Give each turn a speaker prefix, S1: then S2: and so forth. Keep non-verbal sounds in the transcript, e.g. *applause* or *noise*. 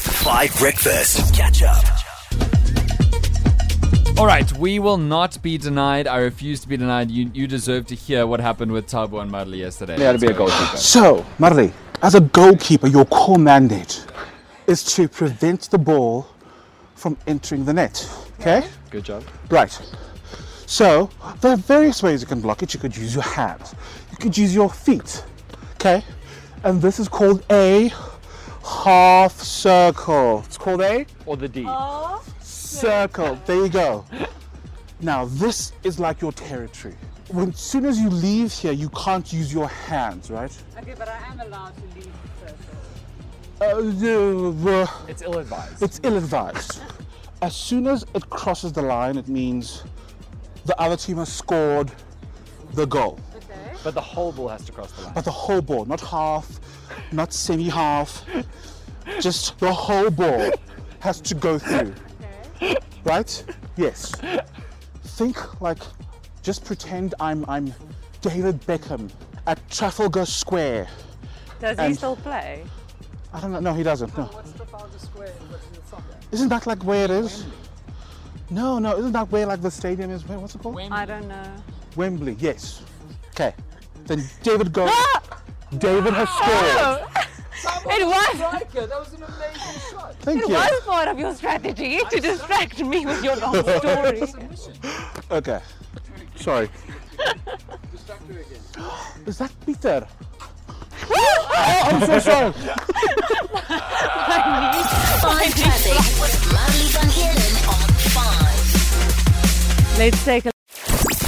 S1: Five Breakfast. Catch up.
S2: All right, we will not be denied. I refuse to be denied. You, you deserve to hear what happened with Tabo and Madley yesterday.
S3: Yeah, to be a goalkeeper.
S4: So, Marley, as a goalkeeper, your core mandate is to prevent the ball from entering the net. Okay?
S3: Good job.
S4: Right. So, there are various ways you can block it. You could use your hands, you could use your feet. Okay? And this is called a half circle. It's called a
S3: Or the D.
S4: circle. There you go. Now, this is like your territory. When, as soon as you leave here, you can't use your hands, right?
S5: Okay, but I am allowed to leave first.
S4: Uh, the- the-
S3: It's ill advised.
S4: It's ill advised. As soon as it crosses the line, it means the other team has scored the goal.
S5: Okay.
S3: But the whole ball has to cross the line.
S4: But the whole ball, not half, not semi half, just the whole ball has to go through. Right? Yes. Think like, just pretend I'm, I'm David Beckham at Trafalgar Square.
S5: Does
S4: And-
S5: he still play?
S4: I don't know. No, he doesn't. No.
S5: What's Trafalgar Square? What's the soccer?
S4: Isn't that like where it is? No, no, isn't that where like the stadium is? Where, what's it called?
S5: I don't know.
S4: Wembley, yes. Okay. Then David goes.
S5: Ah!
S4: David has scored.
S5: It was,
S4: Thank
S5: it
S4: you.
S5: was part of your strategy to distract me with *laughs* your long story.
S4: Okay. Sorry. *gasps* Is that Peter? oh, I'm so sorry.
S6: Five traffic with Marley Van Heerden on five.
S5: Let's take a